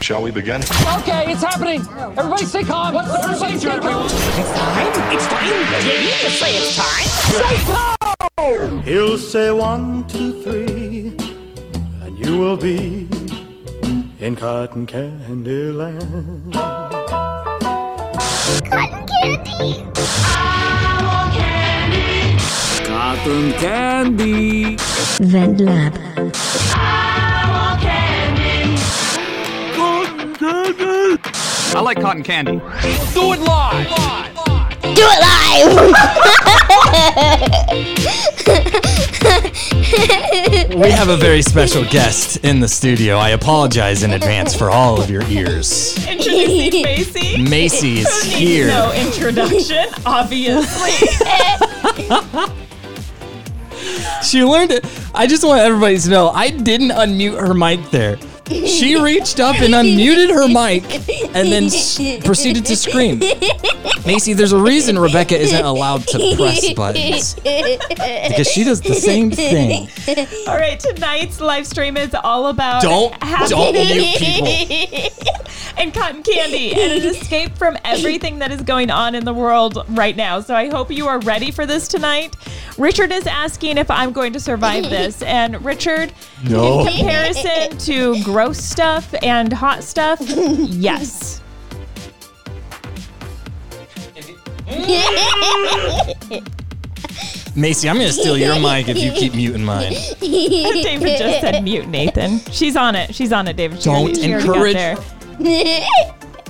Shall we begin? Okay, it's happening. Everybody stay calm. What's the procedure, everyone? It's time. It's time. You need to say it's time. Stay calm. He'll say one, two, three, and you will be in cotton candy land. Cotton candy. Cotton candy. Vent Lab. I like cotton candy. Do it live. Do it live. We have a very special guest in the studio. I apologize in advance for all of your ears. Introducing Macy. Macy is Who needs here. No introduction, obviously. She learned it. I just want everybody to know I didn't unmute her mic there. She reached up and unmuted her mic and then s- proceeded to scream. Macy, there's a reason Rebecca isn't allowed to press buttons because she does the same thing. all right, tonight's live stream is all about Don't happy don't mute people. and cotton candy and an escape from everything that is going on in the world right now. So I hope you are ready for this tonight. Richard is asking if I'm going to survive this. And Richard, in comparison to gross stuff and hot stuff, yes. Macy, I'm gonna steal your mic if you keep muting mine. David just said mute Nathan. She's on it. She's on it, David. She already- Don't she already got encourage- there.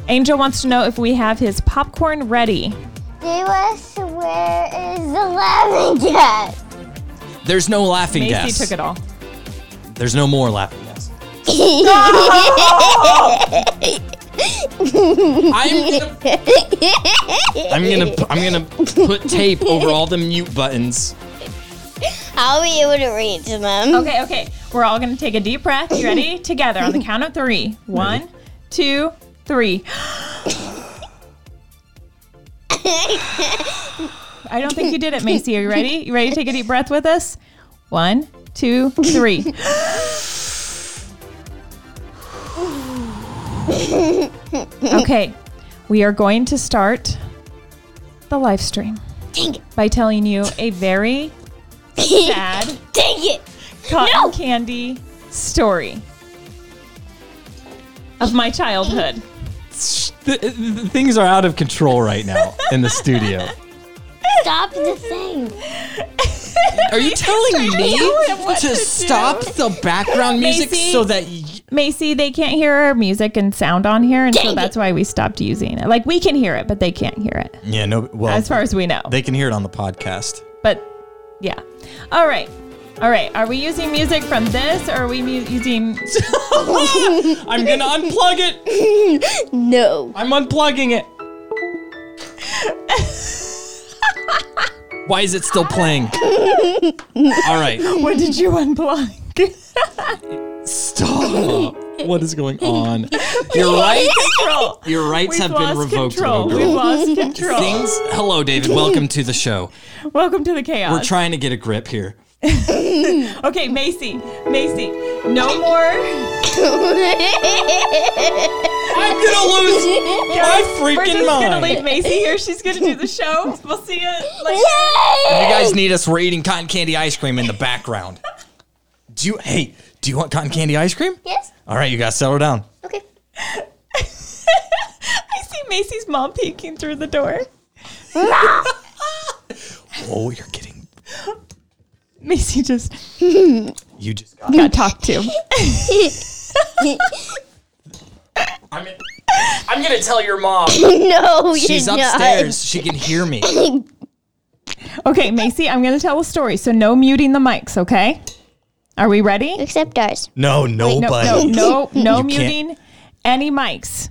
Angel wants to know if we have his popcorn ready. Do us where is the laughing gas? There's no laughing Macy gas. took it all. There's no more laughing gas. I'm gonna I'm gonna p- I'm gonna put tape over all the mute buttons. I'll be able to reach them. Okay, okay. We're all going to take a deep breath. You ready? Together on the count of three. One, two, three. I don't think you did it, Macy. Are you ready? You ready to take a deep breath with us? One, two, three. okay, we are going to start the live stream Dang it. by telling you a very sad Dang it. cotton No. candy story of my childhood. Th- th- th- things are out of control right now in the studio. Stop the thing. Are you telling me to stop the background music Macy? so that y- Macy, they can't hear our music and sound on here, and so Dang it. that's why we stopped using it. Like we can hear it, but they can't hear it, yeah no well as far as we know. they can hear it on the podcast. but yeah, all right, all right. Are we using music from this, or are we mu- using? I'm gonna unplug it. No. I'm unplugging it. Why is it still playing? All right, what did you unplug? stop. What is going on? Your rights, Control. your rights We've have been lost revoked. Control. little girl. We've lost control. Things. Hello, David. Welcome to the show. Welcome to the chaos. We're trying to get a grip here. Okay, Macy, Macy, no more. I'm gonna lose my We're freaking just gonna mind. leave Macy here. She's gonna do the show. We'll see you later. You guys need us. We're eating cotton candy ice cream in the background. Do you? Hey, do you want cotton candy ice cream? yes. All right, you guys settle down. Okay. I see Macy's mom peeking through the door. Oh, you're kidding. Macy just You just got. got talked to. I'm, I'm gonna tell your mom. No, you're She's not. upstairs. She can hear me. Okay, Macy, I'm gonna tell a story, so no muting the mics, okay? Are we ready? Except ours. No, nobody. No, no, no, no You can't- muting any mics.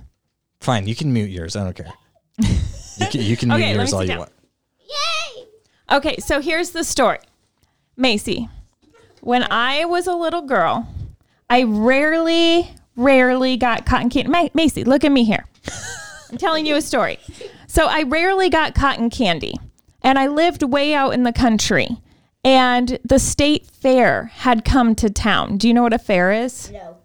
Fine, you can mute yours. I don't care. You can, you can Okay, mute let me yours all sit you down. want. Yay. Okay, so here's the story. Macy, when I was a little girl, I rarely, rarely got cotton candy. Ma- Macy, look at me here. I'm telling you a story. So I rarely got cotton candy, and I lived way out in the country. And the state fair had come to town. Do you know what a fair is? No.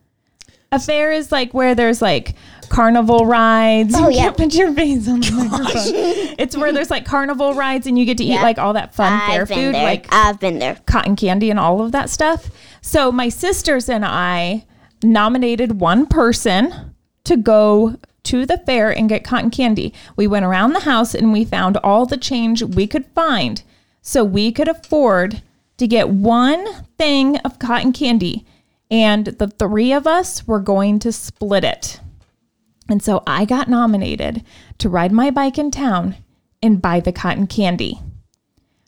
A fair is like where there's like carnival rides. Oh, you yeah. can't put your face on the microphone. It's where there's like carnival rides and you get to eat Yeah. like all that fun fair I've been food, there. like I've been there. cotton candy and all of that stuff. So my sisters and I nominated one person to go to the fair and get cotton candy. We went around the house and we found all the change we could find so we could afford to get one thing of cotton candy. And the three of us were going to split it. And so I got nominated to ride my bike in town and buy the cotton candy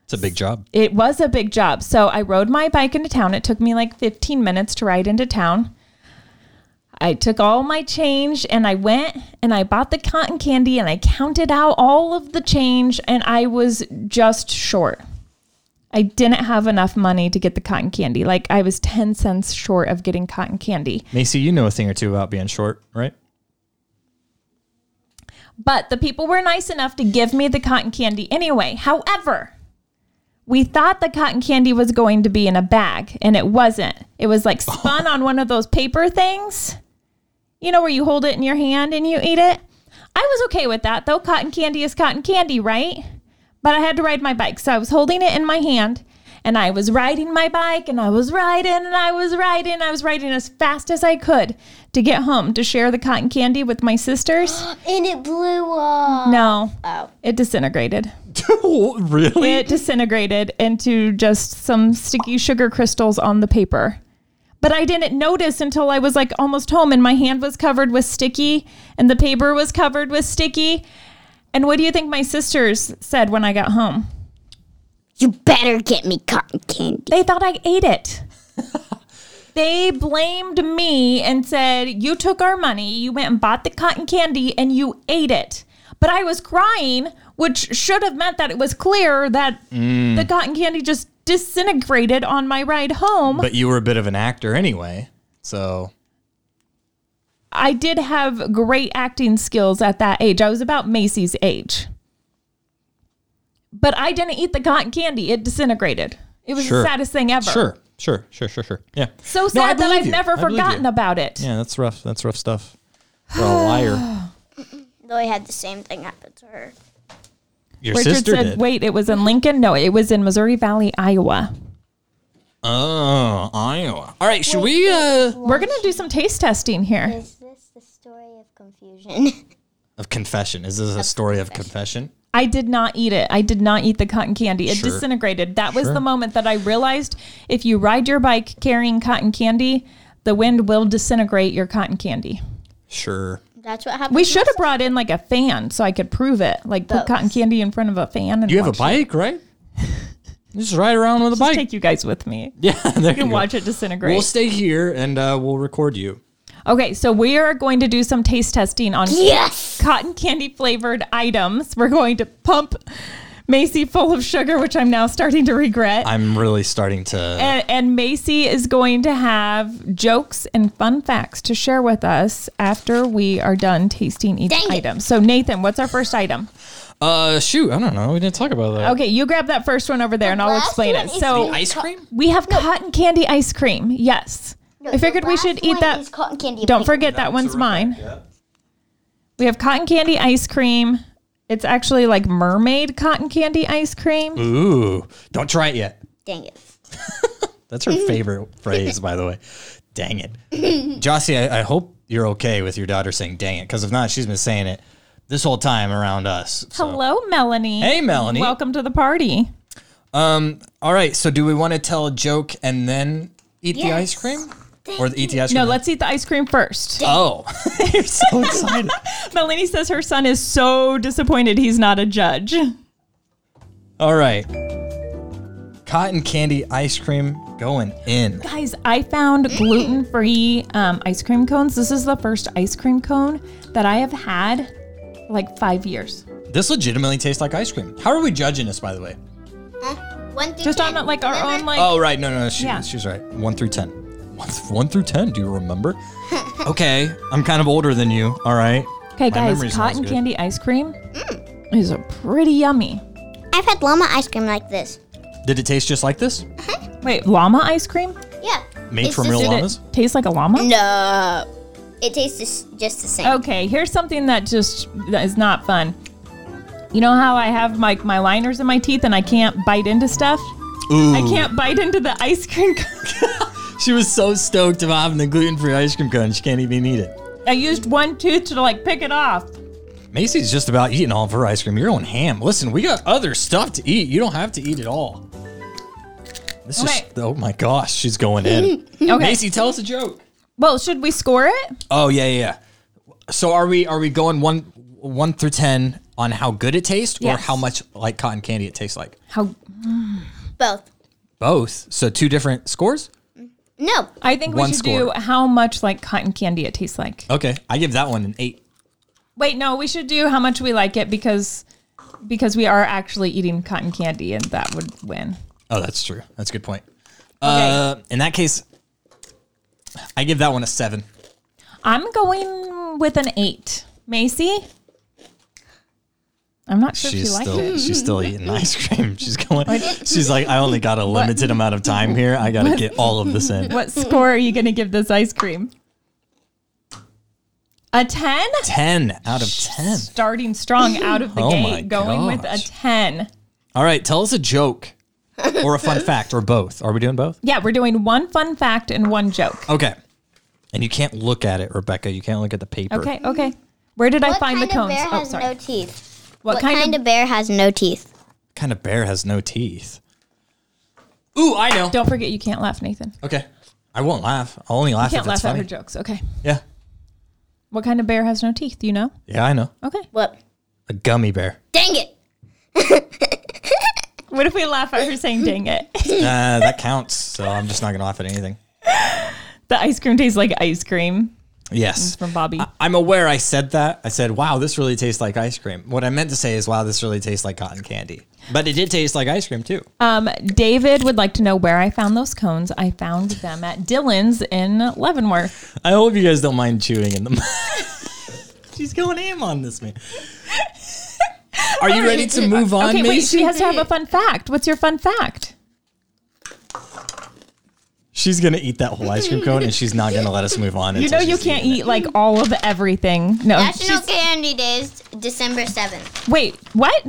It's a big job. it was a big job. So I rode my bike into town. It took me like 15 minutes to ride into town. I took all my change and I went and I bought the cotton candy and I counted out all of the change and I was just short. I didn't have enough money to get the cotton candy. Like I was 10 cents short of getting cotton candy. Macy, you know a thing or two about being short, right? But the people were nice enough to give me the cotton candy anyway. However, we thought the cotton candy was going to be in a bag, and it wasn't. It was like spun on one of those paper things, you know, where you hold it in your hand and you eat it. I was okay with that, though. Cotton candy is cotton candy, right? But I had to ride my bike. So I was holding it in my hand and I was riding my bike and I was riding and I was riding. I was riding as fast as I could to get home to share the cotton candy with my sisters. And it blew up. No. Oh. It disintegrated. really? It disintegrated into just some sticky sugar crystals on the paper. But I didn't notice until I was like almost home and my hand was covered with sticky and the paper was covered with sticky. And what do you think my sisters said when I got home? You better get me cotton candy. They thought I ate it. they blamed me and said, You took our money, you went and bought the cotton candy, and you ate it. But I was crying, which should have meant that it was clear that Mm. the cotton candy just disintegrated on my ride home. But you were a bit of an actor anyway. So I did have great acting skills at that age. I was about Macy's age. But I didn't eat the cotton candy, it disintegrated. It was Sure. the saddest thing ever. sure, sure, sure, sure, sure. Yeah. So sad that I've never forgotten about it. Yeah, that's rough. That's rough stuff. We're a liar. Lily had the same thing happen to her. Your Richard sister said, did. "Wait, it was in Lincoln? No, it was in Missouri Valley, Iowa. Oh, Iowa. All right, should we? uh We're gonna do some taste testing here. Is this the story of confusion? Of confession. Is this a story of confession? I did not eat it. I did not eat the cotton candy. It Sure. disintegrated. That was Sure. the moment that I realized if you ride your bike carrying cotton candy, the wind will disintegrate your cotton candy. Sure. That's what happened. We to should have myself. brought in like a fan so I could prove it. Like put Both. cotton candy in front of a fan and You have a watch bike, right? You Just ride around with a Just bike. take you guys with me. yeah, there you You can go. watch it disintegrate. We'll stay here and uh, we'll record you. okay, so we are going to do some taste testing on Yes. cotton candy flavored items. We're going to pump Macy full of sugar, which I'm now starting to regret. I'm really starting to. and, and Macy is going to have jokes and fun facts to share with us after we are done tasting each Dang it. item. So, Nathan, what's our first item? Uh, shoot, I don't know. We didn't talk about that. Okay, you grab that first one over there and I'll last explain one it. is So, the- Oh, Ice cream? we have cotton candy ice cream. Yes. I figured we should eat that. Cotton candy. Don't forget that one's mine. We have cotton candy ice cream. It's actually like mermaid cotton candy ice cream. Ooh, don't try it yet. Dang it. That's her favorite phrase, by the way. Dang it. Jossie, I, I hope you're okay with your daughter saying dang it, because if not, she's been saying it this whole time around us. so. Hello, Melanie. Hey, Melanie. Welcome to the party. All right, so do we want to tell a joke and then eat the ice cream? Or eat the ice cream? No, let's eat the ice cream first. Oh, you're so excited. Melanie says her son is so disappointed he's not a judge. All right. Cotton candy ice cream going in. Guys, I found gluten free um, ice cream cones. This is the first ice cream cone that I have had for like five years. This legitimately tastes like ice cream. How are we judging this, by the way? One through Just on ten. like our own, like, Oh, right. No, no, no. She, Yeah. She's right. One through 10. One, one through 10. Do you remember? okay. I'm kind of older than you. All right. okay, guys, memory's not as cotton good. Mm. candy ice cream is a pretty yummy. I've had llama ice cream like this. Did it taste just like this? Wait, llama ice cream? Yeah. Made It's from just real a- llamas? Tastes like a llama? No. It tastes just- just the same. Okay, here's something that just that is not fun. You know how I have my my liners in my teeth and I can't bite into stuff? Ooh. I can't bite into the ice cream. She was so stoked about having a gluten free ice cream cone, she can't even eat it. I used one tooth to like pick it off. Macy's just about eating all of her ice cream. You're on ham. Listen, we got other stuff to eat. You don't have to eat it all. This Okay. is, oh my gosh, she's going in. Okay. Hmm, Macy, tell us a joke. Well, should we score it? Oh yeah, yeah. yeah. So are we are we going one one through ten on how good it tastes or Yes. how much like cotton candy it tastes like? How Both. Both. So two different scores. No. I think One we should score. do how much like cotton candy it tastes like. Okay, I give that one an eight. Wait, no, we should do how much we like it because because we are actually eating cotton candy and that would win. Oh, that's true. That's a good point. Uh, in that case, I give that one a seven. I'm going with an eight. Macy? I'm not sure if She's you like still it. she's still eating ice cream. She's going. She's like, I only got a limited amount of time here. I gotta get all of this in. What score are you going to give this ice cream? A 10? Ten out of ten. Starting strong out of the Oh my gate, going with a gosh. 10. All right, tell us a joke or a fun fact or both. Are we doing both? Yeah, we're doing one fun fact and one joke. Okay. And you can't look at it, Rebecca. You can't look at the paper. Okay, okay. Where did I What find kind the cones? of bear oh, has sorry. no teeth? what, kind, of, bear has no teeth? What kind of bear has no teeth? Ooh, I know. Don't forget you can't laugh, Nathan. You Okay. I won't laugh. I'll only laugh can't if that's laugh at funny. her jokes. Okay. yeah. What kind of bear has no teeth? You know? Yeah, I know. Okay. What? A gummy bear. Dang it! What if we laugh at her saying, dang it? uh, that counts. So I'm just not going to laugh at anything. the ice cream tastes like ice cream Yes. Mm, from Bobby. I'm aware I said that. I said, wow, this really tastes like ice cream. What I meant to say is, wow, this really tastes like cotton candy. But it did taste like ice cream, too. Um, David would like to know where I found those cones. I found them at Dylan's in Leavenworth. I hope you guys don't mind chewing in them. She's going ham on this man. Are you ready to move on, okay, wait, Macy? she has to have a fun fact. What's your fun fact? she's gonna eat that whole ice cream cone, and she's not gonna let us move on. You know you can't eat like all of everything. No, National she's- Candy Day is December 7th. wait, what?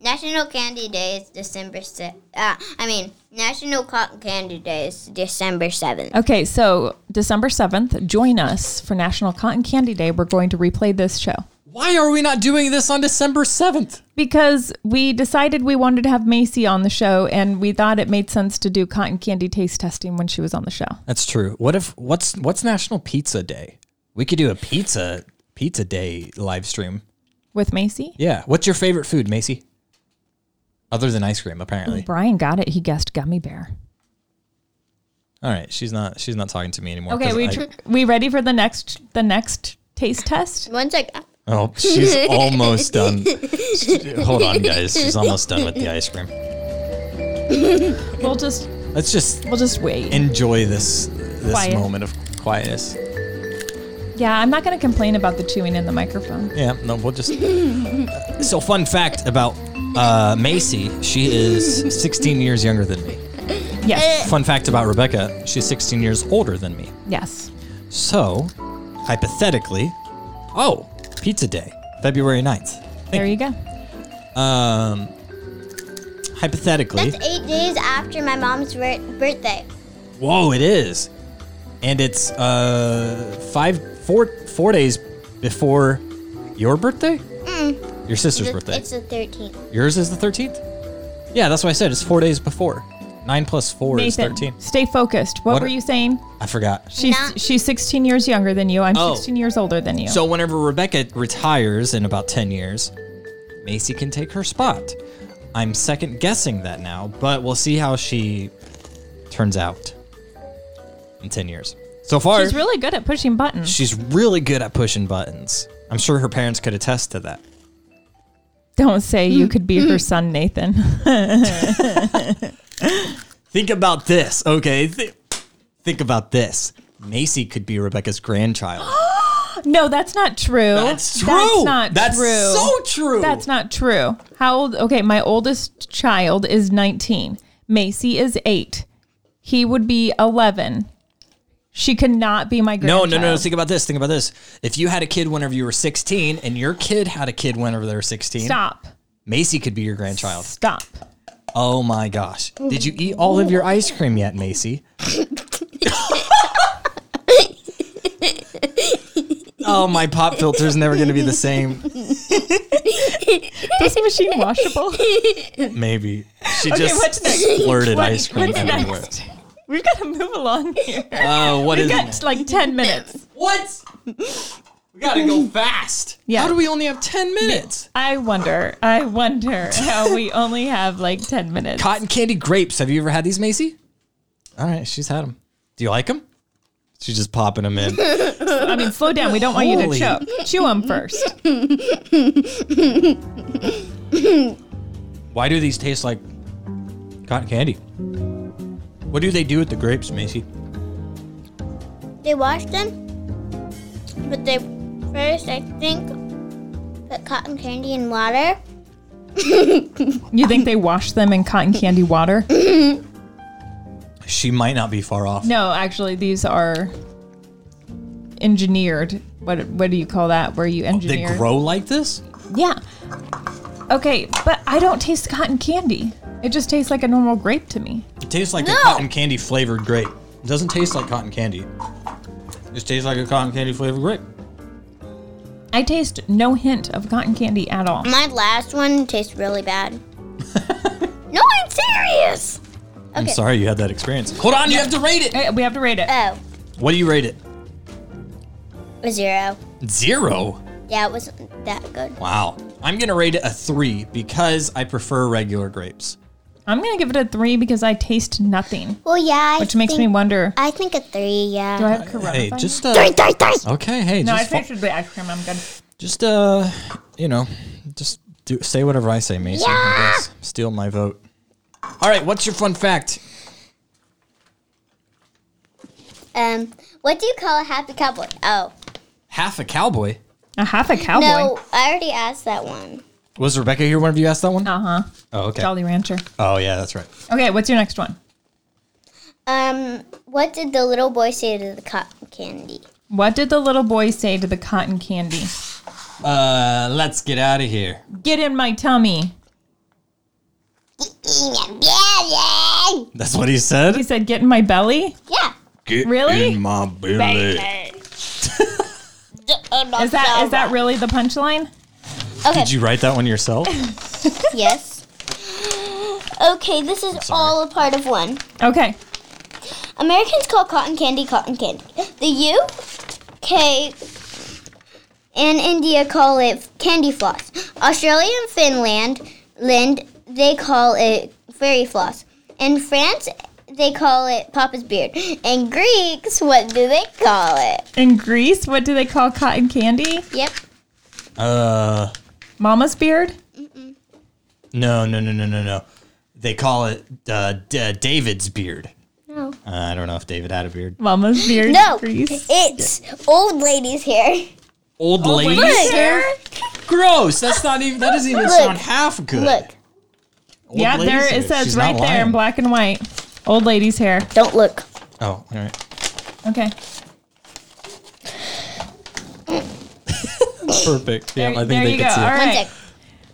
National Candy Day is December 6th. Uh, I mean, National Cotton Candy Day is December 7th. Okay, so December 7th, join us for National Cotton Candy Day. We're going to replay this show Why are we not doing this on December seventh? because we decided we wanted to have Macy on the show and we thought it made sense to do cotton candy taste testing when she was on the show. That's true. What if what's what's National Pizza Day? We could do a pizza pizza day live stream. With Macy? Yeah. What's your favorite food, Macy? Other than ice cream, apparently. Brian got it. He guessed gummy bear. All right, she's not she's not talking to me anymore. Okay, 'cause we I- tr- we ready for the next the next taste test? One sec. uh, Oh, she's almost done. Hold on, guys. She's almost done with the ice cream. We'll just Let's just we'll just wait. enjoy this this Quiet. moment of quietness. yeah, I'm not gonna complain about the chewing in the microphone. Yeah, no, we'll just. uh, So, fun fact about uh, Macy: she is 16 years younger than me. Yes, Fun fact about Rebecca: she's 16 years older than me. yes. So, hypothetically, oh, Pizza Day, February 9th. There you go. Um, hypothetically, That's eight days after my mom's bir- birthday. Whoa, it is. And it's uh five four four days before your birthday? Your sister's birthday. It's the 13th. Yours is the thirteenth? Yeah, that's what I said. It's four days before. Nine plus four Nathan, is thirteen. stay focused. What, What- were you saying? I forgot. She's Nah. she's 16 years younger than you. I'm Oh. 16 years older than you. So whenever Rebecca retires in about ten years, Macy can take her spot. I'm second guessing that now, but we'll see how she turns out in ten years. So far she's really good at pushing buttons. She's really good at pushing buttons. I'm sure her parents could attest to that. Don't say you could be her son, Nathan. Think about this, okay? Th- think about this. Macy could be Rebecca's grandchild. no, that's not true. That's true. That's not That's true. so true. That's not true. How old? Okay, my oldest child is 19. Macy is 8. He would be 11. She cannot be my No, grandchild. no, no. Think about this. Think about this. If you had a kid whenever you were 16 and your kid had a kid whenever they were 16, Stop. Macy could be your grandchild. Stop. Oh my gosh. Did you eat all of your ice cream yet, Macy? oh, my pop filter's never going to be the same. Is the machine washable? Mayady. She Okay, just what's next? blurted What- ice cream what's everywhere. next? We've got to move along here. Uh, what We've is got like 10 minutes. What? We got to go fast. Yeah. How do we only have 10 minutes? I wonder. I wonder how we only have like 10 minutes. Cotton candy grapes. Have you ever had these, Macy? All right, she's had them. Do you like them? She's just popping them in. I mean, slow down. We don't want you to Holy- choke. Chew them first. Why do these taste like cotton candy? What do they do with the grapes, Macy? They wash them, but they first, I think, put cotton candy in water. You think they wash them in cotton candy water? She might not be far off. No, actually, these are engineered. What what do you call that? Where you Oh, They engineer? grow like this? Yeah. Okay, but I don't taste cotton candy. It just tastes like a normal grape to me. It tastes like No. a cotton candy flavored grape. It doesn't taste like cotton candy. It tastes like a cotton candy flavored grape. I taste no hint of cotton candy at all. My last one tastes really bad. no, I'm serious. I'm Okay. sorry you had that experience. Hold on, you have to rate it. Eh, We have to rate it. Oh, What do you rate it? a zero. Zero. Yeah, it wasn't that good. Wow. I'm going to rate it a three because I prefer regular grapes. I'm gonna give it a three because I taste nothing, Well, yeah, I which makes me think- wonder. I think a three. Do I Yeah. have coronavirus? Hey, just. Uh, Okay, hey, no, I just, fo- finished the ice cream. I'm good. just uh, you know, just do say whatever I say, Mason. I Yeah. guess. Steal my vote. All right, what's your fun fact? Um, what do you call a happy cowboy? Oh, Half a cowboy. A half a cowboy. no, I already asked that one. Was Rebecca here whenever you asked that one? Uh huh. Oh, okay. Jolly Rancher. Oh, yeah, that's right. Okay, what's your next one? Um, what did the little boy say to the cotton candy? What did the little boy say to the cotton candy? Uh, let's get out of here. Get in my tummy. Yeah, That's what he said. He said, "Get in my belly." yeah. Really? my belly. Is that is that really the punchline? Okay. Did you write that one yourself? yes. Okay, this is all a part of one. Okay. Americans call cotton candy cotton candy. The UK and India call it candy floss. Australia and Finland, Lind, they call it fairy floss. In France, they call it Papa's beard. And Greeks, what do they call it? In Greece, what do they call cotton candy? Yep. Uh, Mama's beard. no, no, no, no, no, no. They call it uh, D- David's beard. No. Uh, I don't know if David had a beard. Mama's beard. No, in Greece. it's old ladies hair. Old lady. lady. Oh, Look, Gross. That's not even. That doesn't even Look. sound half good. look, Old Yeah, there lady's it hair. says She's right not there in lying. black and white. Old lady's hair. don't look. Oh, all right. Okay. Perfect. Yeah, There, there you go. All One right. sec.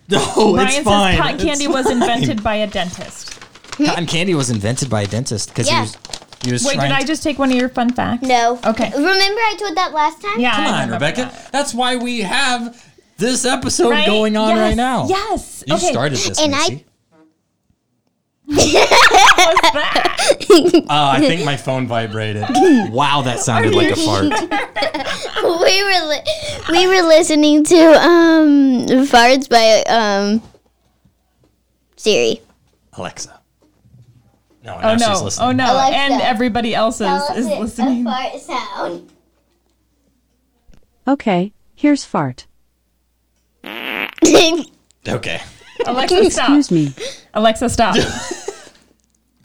No, Brian it's says fine. cotton candy It's was fine. invented by a dentist. Cotton candy was invented by a dentist because Yeah. he was. He was Wait, trying did I to- just take one of your fun facts? No. Okay. Remember I told that last time? Yeah. I Come on, remember Rebecca. that. That's why we have this episode Right? going on Yes, right now. Yes. You okay. started this, And I- Macy. Oh, I think my phone vibrated. wow, that sounded like a fart. we were li- we were listening to um farts by um Siri. Alexa. No, now Oh she's no. listening. Oh no. Alexa, And everybody else is, is listening. fart sound. Okay, here's fart. Okay. Alexa, stop. Excuse me. Alexa, stop.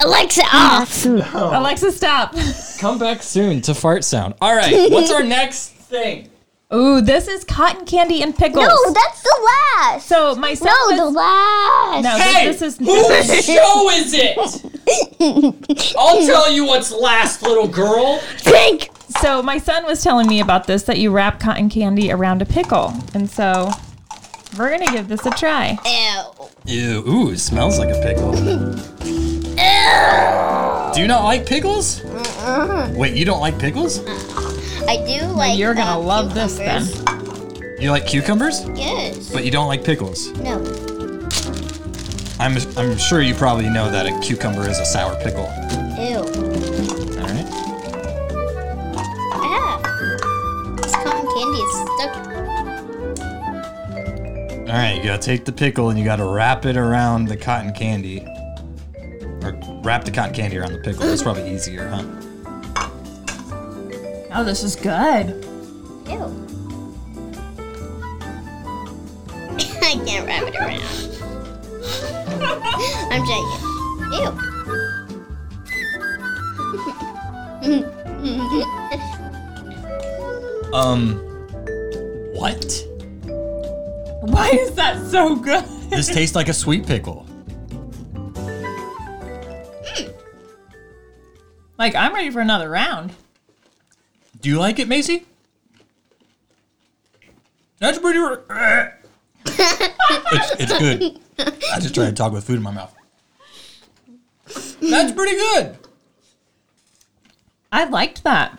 Alexa off. Alexa, stop. Come back soon to fart sound. All right. What's our next thing? Ooh, this is cotton candy and pickles. No, that's the last. so my son no, was- the last. No, Hey, this, this is whose show is it? I'll tell you what's last, little girl. Pink. So my son was telling me about this that you wrap cotton candy around a pickle, and so we're gonna give this a try. Ew. Ew, ooh, it smells like a pickle. Do you not like pickles? Wait, you don't like pickles? I do like. You're gonna um, love this then. cucumbers. You like cucumbers, Yes. but you don't like pickles. No. I'm, I'm sure you probably know that a cucumber is a sour pickle. Ew. All right. Ah. This cotton candy is stuck. All right, you gotta take the pickle and you gotta wrap it around the cotton candy. Or wrap the cotton candy around the pickle. That's probably easier, huh? Oh, this is good. Ew. I can't wrap it around. I'm joking. Ew. Um, what? Why is that so good? This tastes like a sweet pickle. Like I'm ready for another round. Do you like it, Macy? That's pretty. r- it's, it's good. I just tried to talk with food in my mouth. That's pretty good. I liked that.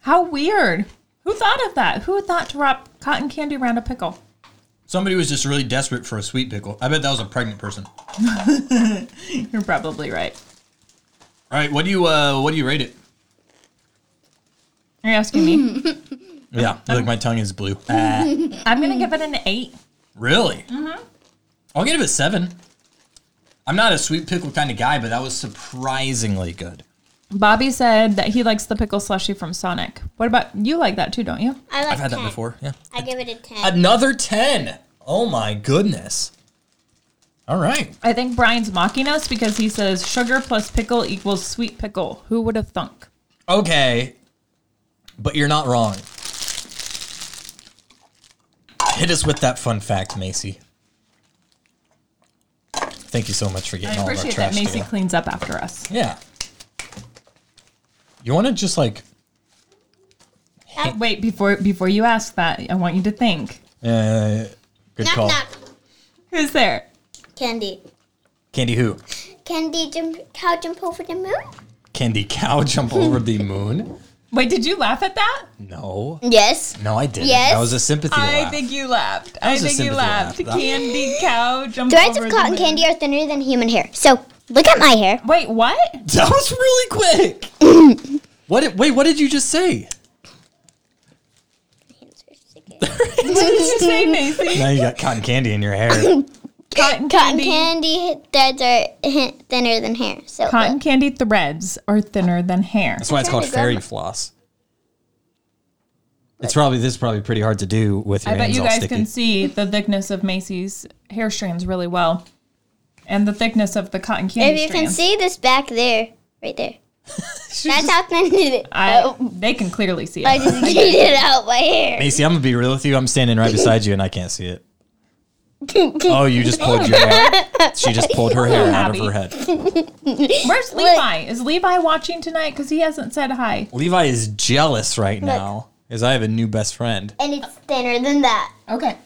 How weird. Who thought of that? Who thought to wrap cotton candy around a pickle? Somebody was just really desperate for a sweet pickle. I bet that was a pregnant person. All You're probably right. right, what do you uh, what do you rate it? Are you asking me? Yeah, like my tongue is blue. Uh, I'm gonna give it an eight. Really? Mm-hmm. I'll give it a seven. I'm not a sweet pickle kind of guy, but that was surprisingly good. Bobby said that he likes the pickle slushy from Sonic. What about you? Like that too, don't you? I like I've had 10. Hmm. that before. Yeah. I give it a 10. Another 10. Oh my goodness. All right. I think Brian's mocking us because he says sugar plus pickle equals sweet pickle. Who would have thunk? Okay. But you're not wrong. Hit us with that fun fact, Macy. Thank you so much for I getting all of our appreciate that trash. Macy together. cleans up after us. yeah. You want to just like, Wait, before before you ask that, I want you to think. uh, good knock, call. knock. Who's there? Candy. Candy who? Candy jump, cow jump over the moon? Candy cow jump over the moon? Wait, did you laugh at that? No. Yes. No, I didn't. Yes. That was a sympathy I laugh. think you laughed. I was a think you sympathy laughed. laugh. That- Candy cow jump Threads over of the cotton moon. candy are thinner than human hair. So, look at my hair. Wait, what? That was really quick. what? Did, wait, what did you just say? Did you say Macy? Now you got cotton candy in your hair. Cotton Cotton candy. candy threads are hi- thinner than hair. So, Cotton candy threads are thinner than hair. That's why it's called fairy floss. It's probably this is probably pretty hard to do with your I bet hands you all guys sticky. can see the thickness of Macy's hair strands really well, and the thickness of the cotton candy if you strands. can see this back there, right there. That's how thin it is. I, Oh, They can clearly see I it. just cheated out my hair. Macy, I'm gonna be real with you. I'm standing right beside you and I can't see it. Oh, you just pulled your hair. She just pulled her hair out of her head. Where's Levi? Is Levi watching tonight? Because he hasn't said hi. Levi is jealous right now, as I have a new best friend. And it's thinner than that. Okay.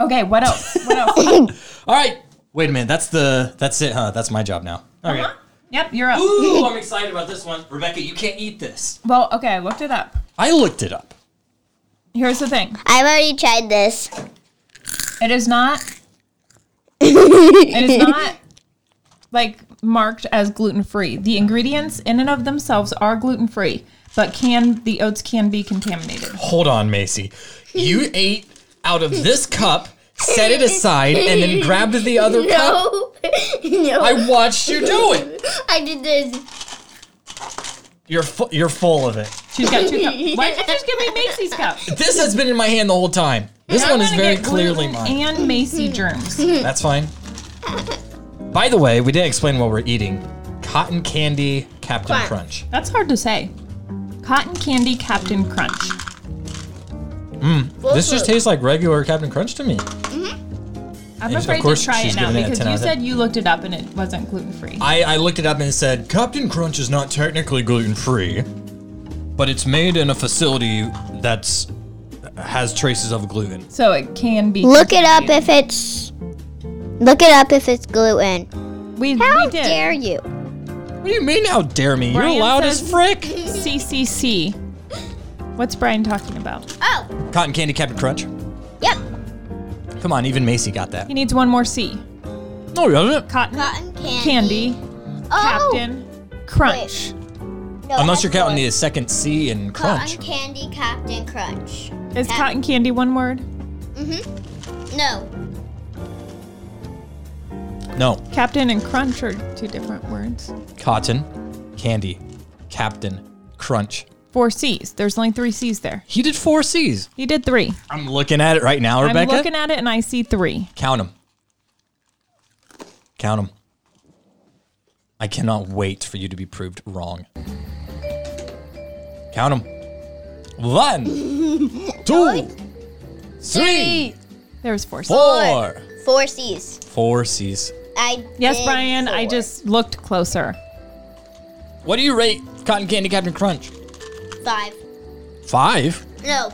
Okay. What else? What else? All right, wait a minute. That's the that's it, huh? That's my job now. Okay. Uh-huh. yep, you're up. Ooh, I'm excited about this one, Rebecca. You can't eat this. Well, okay. I looked it up. I looked it up. Here's the thing. I've already tried this. It is not. it is not like marked as gluten free. The ingredients in and of themselves are gluten free, but can the oats can be contaminated? Hold on, Macy. You ate out of this cup, set it aside, and then grabbed the other cup. No. no. I, I watched you do it. did this. You're fu- you're full of it. She's got two cups. Why did you just give me Macy's cup? This has been in my hand the whole time. This I'm one is gonna very get clearly gluten mine. And Macy Hmm. germs. That's fine. By the way, we didn't explain what we're eating. Cotton candy Captain Crunch. Crunch. That's hard to say. Cotton candy Captain Crunch. This just tastes like regular Captain Crunch to me. I'm And of afraid to course try she's it now giving it a because 10 you out of said you looked it up and it wasn't gluten free. I, I looked it up and it said Captain Crunch is not technically gluten free, but it's made in a facility that's has traces of gluten. So it can be. Look it up if it's. Look it up if it's gluten. we, How we did. dare you? What do you mean? How dare me? You're Brian loud says- as frick. CCC. What's Brian talking about? Oh, Cotton candy Captain Crunch. yep. Come on, even Macy got that. He needs one more C. No, he doesn't. Cotton, Cotton candy. candy, Oh, captain, crunch. no, Unless you're that's counting good. the second C in Crunch. Cotton candy, Captain Crunch. Is cotton candy one word? No, No, Captain and crunch are two different words. Cotton candy Captain Crunch. Four C's. There's only three C's there. He did four C's. You did three. I'm looking at it right now, I'm Rebecca. looking at it and I see three. Count them. Count them. I cannot wait for you to be proved wrong. Count them. One, two, three, There's four C's. four. four C's. Four C's. I Yes, did Brian, I four. just looked closer. What do you rate Cotton Candy Captain Crunch? five. Five? No,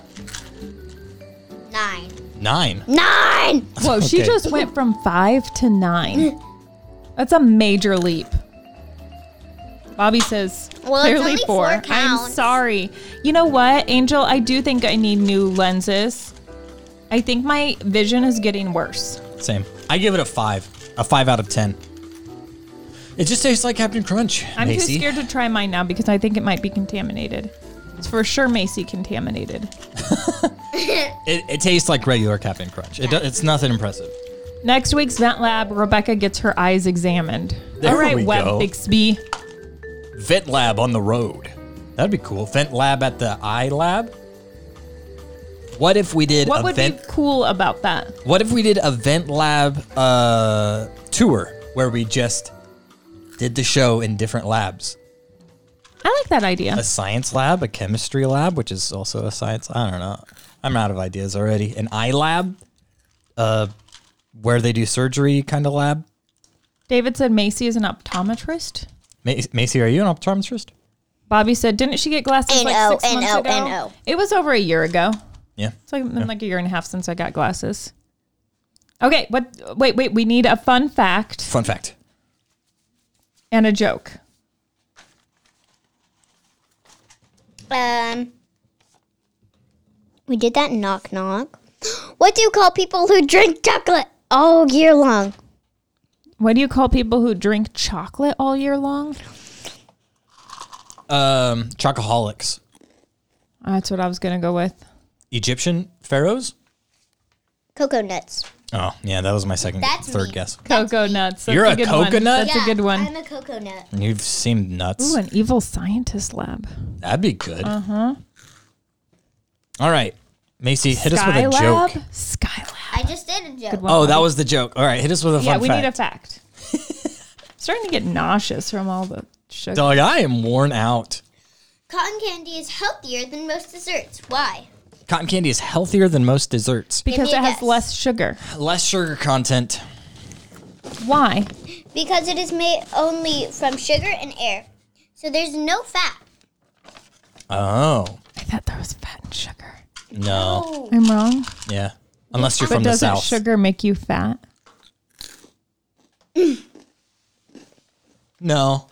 nine. Nine. Nine. Whoa, she Okay. just went from five to nine. That's a major leap. Bobby says Well, it's clearly only four four. I'm counts. sorry. You know what, Angel? I do think I need new lenses. I think my vision is getting worse. Same. I give it a five. A five out of ten. It just tastes like Captain Crunch. I'm Macy. too scared to try mine now because I think it might be contaminated. It's for sure Macy contaminated. It, it tastes like regular Captain Crunch. It do, it's nothing impressive. Next week's Vent Lab, Rebecca gets her eyes examined. There All right, we Web go. Bixby. Vent lab on the road. That'd be cool. Vent lab at the eye lab. What if we did What a would vent? be cool about that? What if we did a vent lab uh, tour where we just did the show in different labs? I like that idea. A science lab, a chemistry lab, which is also a science. I don't know. I'm out of ideas already. An eye lab, uh, where they do surgery kind of lab. David said Macy is an optometrist. Ma- Macy, are you an optometrist? Bobby said, didn't she get glasses NO, like six months NO, ago? NO. It was over a year ago. Yeah. It's like, been like a year and a half since I got glasses. Okay, what? Wait, wait. We need a fun fact Fun fact. and a joke. Um, we did that knock knock. What do you call people who drink chocolate all year long? What do you call people who drink chocolate all year long? Um, chocoholics. That's what I was gonna go with. Egyptian pharaohs. Cocoa nuts. Oh, yeah, that was my second, That's third me. guess. Cocoa nuts. That's You're a good one. coconut? That's a good one. I'm a cocoa nut. You've seemed nuts. Ooh, Uh-huh. an evil scientist lab. That'd be good. Uh huh. All right, Macy, hit us with a Skylab. joke. Skylab. I just did a joke. Good one. Oh, Bobby. that was the joke. All right, hit us with a fun Yeah, we fact. need a fact. I'm starting to get nauseous from all the sugar. Dog, I am worn out. Cotton candy is healthier than most desserts. Why? Cotton candy is healthier than most desserts. Give Because me a it has guess. less sugar. Less sugar content. Why? Because it is made only from sugar and air. So there's no fat. Oh I thought there was fat and sugar. no, I'm wrong. yeah. Unless you're But from the doesn't south. sugar make you fat? no,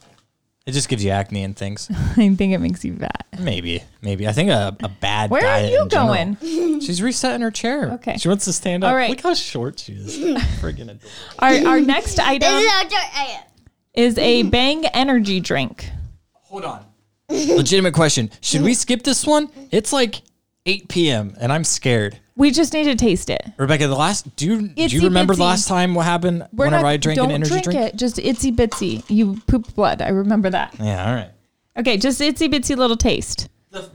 it just gives you acne and things. I think it makes you fat. Maybe, maybe. I think a, a bad Where diet. are you in general. going? She's resetting her chair. Okay. She wants to stand up. All right. Look how short she is. Friggin' adorable. Our, our next item This is how dark I am. is a Bang energy drink. Hold on. Legitimate question. Should we skip this one? It's like 8 p.m. and I'm scared. We just need to taste it. Rebecca, the last do you do Itsy you remember bitsy. the last time what happened We're whenever not- I drank an don't energy drink? it. Just itsy bitsy. You pooped blood. I remember that. Yeah, all right. Okay, just itsy bitsy little taste.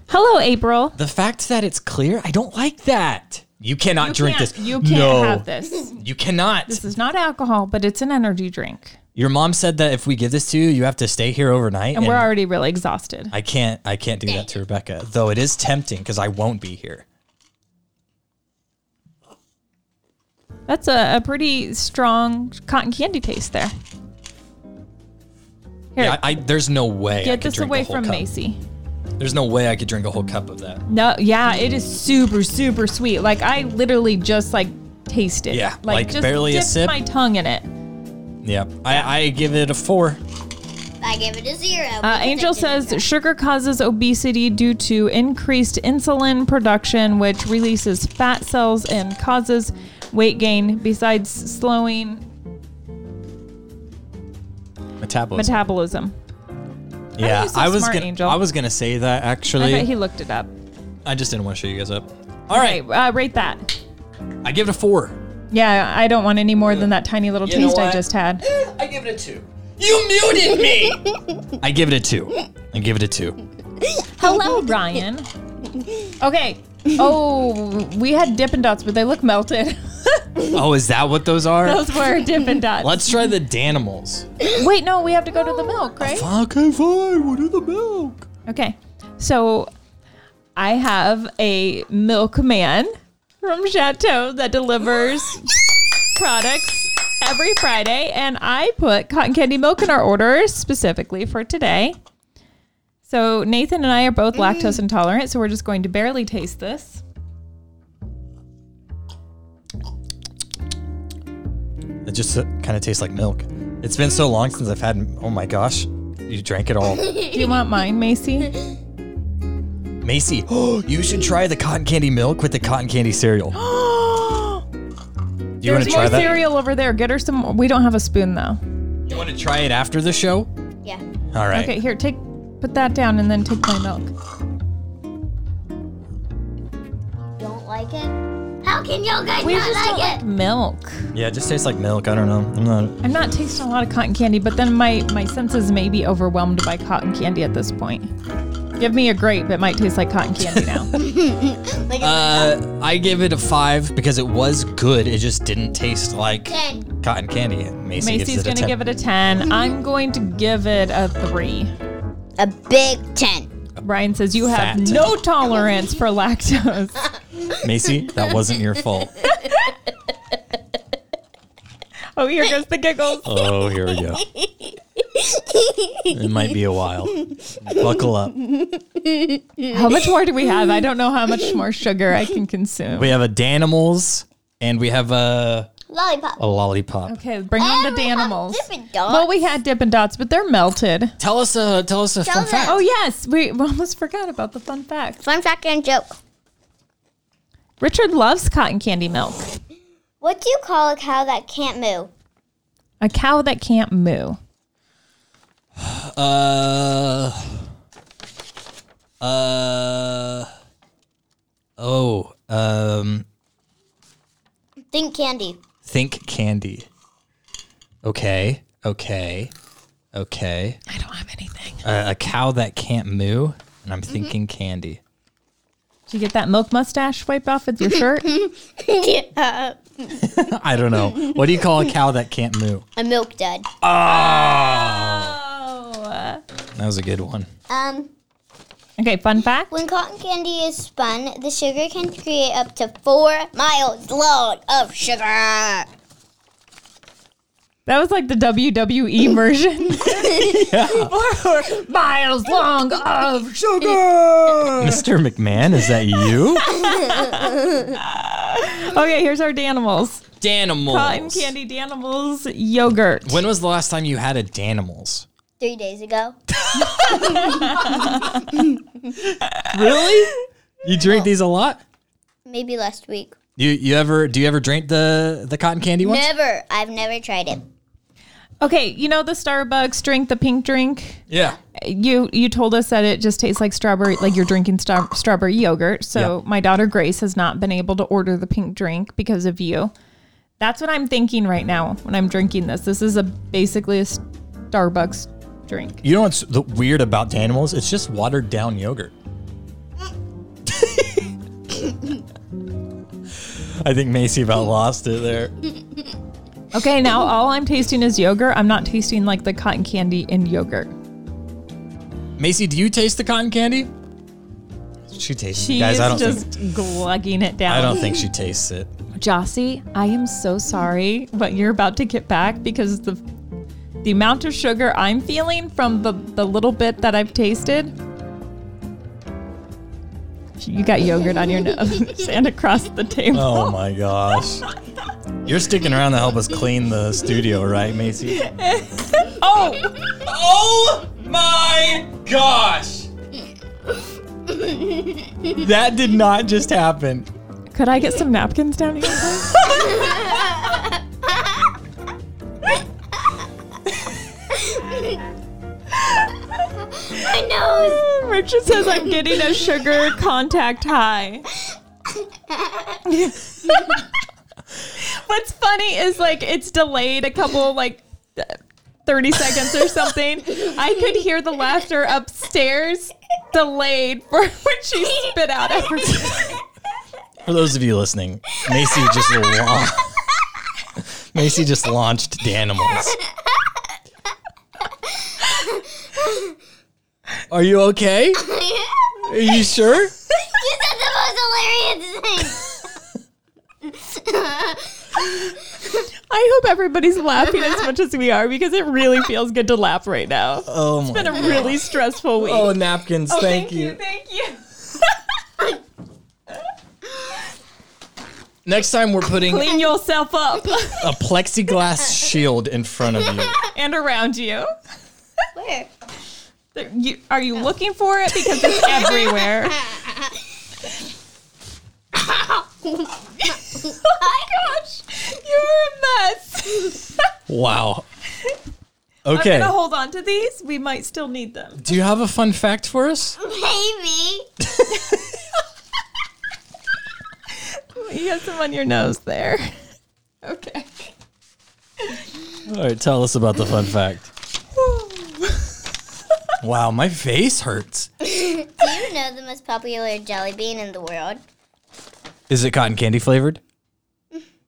Hello, April. The fact that it's clear, I don't like that. You cannot You drink can't- this. You can't no, have this. You cannot. This is not alcohol, but it's an energy drink. Your mom said that if we give this to you, you have to stay here overnight. And we're already really exhausted. I can't I can't do that to Rebecca. Though it is tempting because I won't be here. That's a, a pretty strong cotton candy taste there. Here, Yeah, I, I, there's no way. I get could this drink a away whole from cup. Macy. There's no way I could drink a whole cup of that. No, yeah, it is super, super sweet. Like I literally just like taste it. Yeah, like, barely a dipped sip. My tongue in it. Yeah, I, I give it a four. I give it a zero. Uh, because Angel I didn't says sugar causes obesity due to increased insulin production, which releases fat cells and causes weight gain. Besides slowing Metabolism. metabolism, yeah, you're so I was smart, gonna. Angel. I was gonna say that I bet actually. he looked it up. I just didn't want to show you guys up. All right, uh, rate that. I give it a four. Yeah, I don't want any more than that tiny little know taste I what? just had. Eh, I give it a two. You muted me. I give it a two. I give it a two. Hello, Ryan. Okay. Oh, we had Dippin' Dots, but they look melted. Oh, is that what those are? Those were Dippin' Dots. Let's try the Danimals. Wait, no, we have to go to the milk, right? Okay, fine. What are the milk? Okay. So I have a milkman from Chateau that delivers products every Friday, and I put cotton candy milk in our order specifically for today. So Nathan and I are both lactose Mm. intolerant, so we're just going to barely taste this. It just kind of tastes like milk. It's been so long since I've had. Oh my gosh, you drank it all, Do you want mine, Macy? Macy. Oh, you should try the cotton candy milk with the cotton candy cereal. Do you want There's to more try that? cereal over there. Get her some. We don't have a spoon though. You want to try it after the show? drink- Yeah. All right. Okay, here, take put that down and then take my milk. Don't like it. How can y'all guys We not just don't like like it? milk. Yeah, it just tastes like milk. I don't know. I'm not. I'm not tasting a lot of cotton candy, but then my, my senses may be overwhelmed by cotton candy at this point. Give me a grape, it might taste like cotton candy now. Uh, I give it a five because it was good. It just didn't taste like Ten. cotton candy. Macy Macy's gives it a gonna 10. give it a 10. I'm going to give it a 3. A big ten. Ryan says, You have Fat. no tolerance for lactose. Macy, that wasn't your fault. Oh, here goes the giggles. Oh, here we go. It might be a while. Buckle up. How much more do we have? I don't know how much more sugar I can consume. We have a Danimals and we have a, Lollipop. a Oh, lollipop. Okay, bring on the Danimals. Different Well, we had Dippin' Dots, but they're melted. Tell us a tell us a fun us. fact. Oh, yes. We almost forgot about the fun fact. Fun fact and joke. Richard loves cotton candy milk. What do you call a cow that can't moo? A cow that can't moo. Uh. Uh. Oh. Um. Think candy. Think candy. Okay. Okay. Okay. I don't have anything. Uh, a cow that can't moo, and I'm thinking Mm-hmm. candy. Did you get that milk mustache wiped off with your shirt? yeah. I don't know. What do you call a cow that can't moo? A milk dud. oh. That was a good one. Um, Okay, fun fact. when cotton candy is spun, the sugar can create up to four miles long of sugar. That was like the WWE version. Four miles long of sugar. Mr. McMahon, is that you? Okay, here's our Danimals. Danimals. Cotton candy Danimals yogurt. When was the last time you had a Danimals? Three days ago. Really? You drink these a lot? Maybe last week. You you ever do you ever drink the the cotton candy ones? Never. I've never tried it. Okay, you know the Starbucks drink, the pink drink. Yeah. You you told us that it just tastes like strawberry, like you're drinking star- strawberry yogurt. So my daughter Grace has not been able to order the pink drink because of you. That's what I'm thinking right now when I'm drinking this. This is a basically a Starbucks drink. You know what's the weird about Danimals? It's just watered down yogurt. I think Macy about lost it there. Okay, now all I'm tasting is yogurt. I'm not tasting like the cotton candy in yogurt. Macy, do you taste the cotton candy? She tastes She it. Guys, is I don't just think glugging it down. I don't think she tastes it. Jossie, I am so sorry what you're about to get back because the the amount of sugar I'm feeling from the, the little bit that I've tasted. You got yogurt on your nose and across the table. Oh my gosh. You're sticking around to help us clean the studio, right, Macy? Oh, Oh my gosh. That did not just happen. could I get some napkins down here? please? My nose. Richard says I'm getting a sugar contact high. What's funny is like it's delayed a couple like th- 30 seconds or something. I could hear the laughter upstairs delayed for when she spit out everything. For those of you listening, Macy just la- Macy just launched Danimals. Are you okay? Are you sure? You said the most hilarious thing. I hope everybody's laughing as much as we are because it really feels good to laugh right now. Oh my It's been a really stressful week. Oh, napkins. thank, you. Thank you. Next time we're putting Clean yourself up a plexiglass shield in front of you. and around you. Where? There- You, are you looking for it? Because it's everywhere. oh my gosh, you're a mess. Wow. I'm Okay. gonna hold on to these. We might still need them. Do you have a fun fact for us? Baby. You got some on your nose there. Okay. All right, tell us about the fun fact. Wow, my face hurts. Do you know the most popular jelly bean in the world? Is it cotton candy flavored?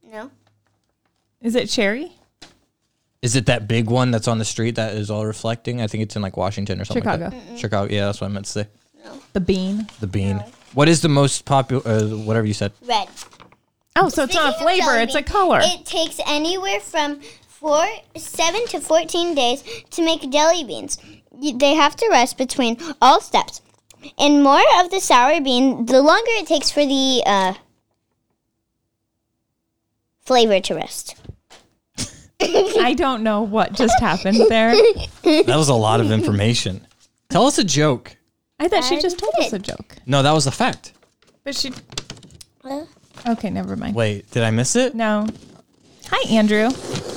No. Is it cherry? Is it that big one that's on the street that is all reflecting? I think it's in like Washington or something. Like that. Chicago. Yeah, that's what I meant to say. The bean. The bean. What is the most popular? Uh, whatever you said. Red. Oh, so it's not Speaking a of flavor, jelly it's a bean, color. It takes anywhere from four, seven to fourteen days to make jelly beans. You- They have to rest between all steps. And more of the sour bean, the longer it takes for the uh, flavor to rest. I don't know what just happened there. That was a lot of information. Tell us a joke. I thought she I just told us a did. joke. No, that was a fact. But she. Well- Okay, never mind. Wait, did I miss it? No. Hi, Andrew.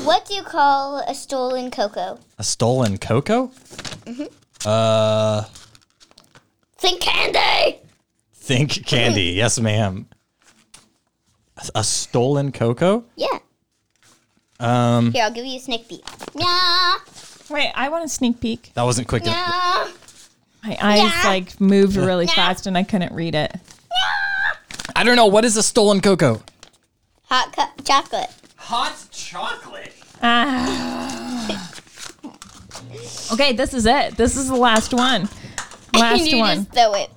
What do you call a stolen cocoa? A stolen cocoa? Uh, Think candy. think candy. Yes, ma'am. A- A stolen cocoa? Yeah. Um. Here, I'll give you a sneak peek. Yeah. Wait, I want a sneak peek. That wasn't quick. enough. Yeah. My eyes Yeah. like moved really fast and I couldn't read it. I don't know. What is a stolen cocoa? Hot co- chocolate. Hot chocolate. Ah. Okay, this is it. This is the last one. Last you one. Just throw it.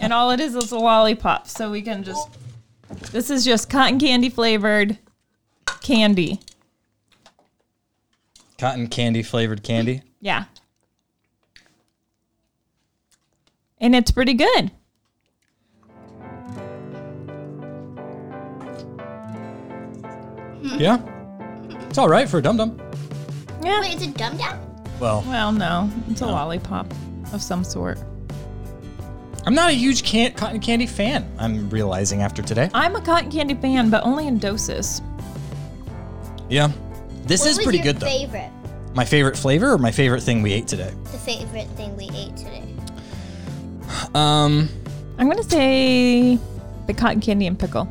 And all it is is a lollipop. So we can just. This is just cotton candy flavored candy. Cotton candy flavored candy. Yeah. And it's pretty good. Yeah. It's all right for a dum dum. Yeah. Wait, it's a dum dum. Well, Well, no, it's a lollipop of some sort. I'm not a huge can- cotton candy fan. I'm realizing after today. I'm a cotton candy fan, but only in doses. Yeah. This is pretty good though. Favorite. my favorite flavor or my favorite thing we ate today? The favorite thing we ate today. Um. I'm going to say the cotton candy and pickle.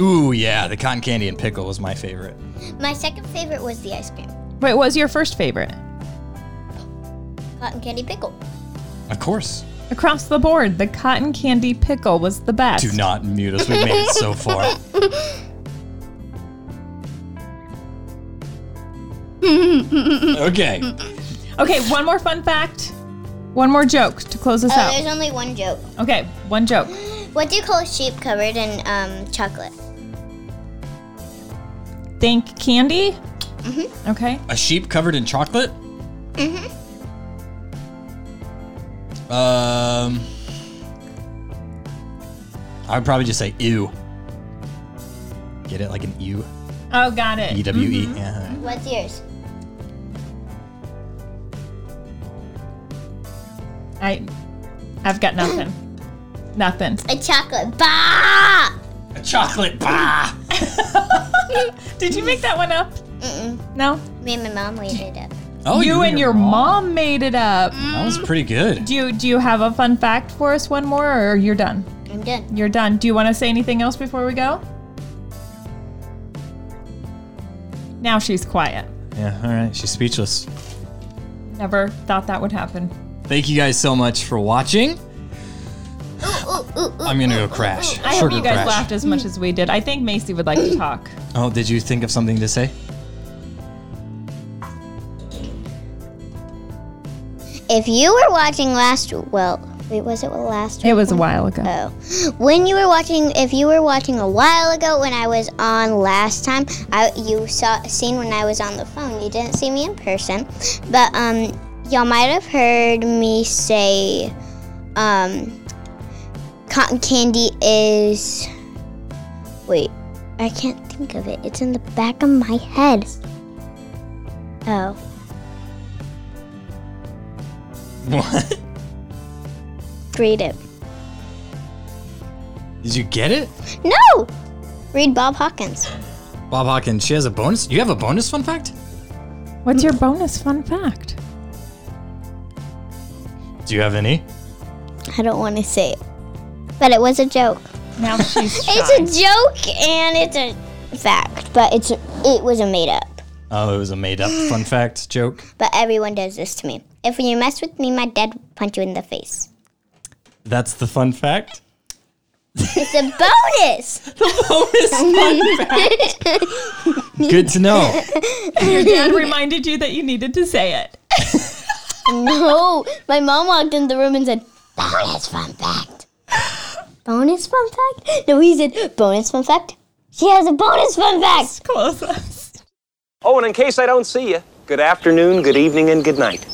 Ooh yeah, the cotton candy and pickle was my favorite. My second favorite was the ice cream. Wait, what was your first favorite? Cotton candy pickle. Of course. Across the board, the cotton candy pickle was the best. Do not mute us. We've made it so far. okay. Okay, one more fun fact. One more joke to close us Oh, out. there's only one joke. Okay, one joke. What do you call a sheep covered in um, chocolate? think candy? Mm-hmm. Okay. A sheep covered in chocolate? Mm-hmm. Um I would probably just say ew. Get it like an ew. Oh, got it. E W E. Yeah. mm-hmm. What's yours? I, I've got nothing. nothing. A chocolate bar. A chocolate bah! Did you make that one up? No. Me and my mom made it up. Oh, you, and your mom. made it up. That was pretty good. Do you do you have a fun fact for us? One more, or you're done. I'm done. You're done. Do you want to say anything else before we go? Now she's quiet. Yeah, all right. She's speechless. Never thought that would happen. Thank you guys so much for watching. I'm gonna go crash. I Sure hope you go guys crash. laughed as much as we did. I think Macy would like to talk. Oh, did you think of something to say? If you were watching last, well, wait, was it last? It was a while ago. Oh. When you were watching, if you were watching a while ago when I was on last time, I you saw seen when I was on the phone. You didn't see me in person, but um, y'all might have heard me say, um, cotton candy is. Wait, I can't think of it. It's in the back of my head. Oh, What? read it. Did you get it? No, read Bob Hawkins. Bob Hawkins, she has a bonus. You have a bonus fun fact? What's your bonus fun fact? Do you have any? I don't want to say it, but it was a joke. Now she's shy. It's a joke and it's a fact, but it's it was a made up. Oh, it was a made up fun fact joke. But everyone does this to me. If you mess with me, my dad will punch you in the face. That's the fun fact. It's a bonus. Good to know. your dad reminded you that you needed to say it. no, my mom walked in the room and said, "Bonus fun fact." bonus fun fact? No, he said, "Bonus fun fact." She has a bonus fun fact. Close. Oh, and in case I don't see you, good afternoon, good evening, and good night.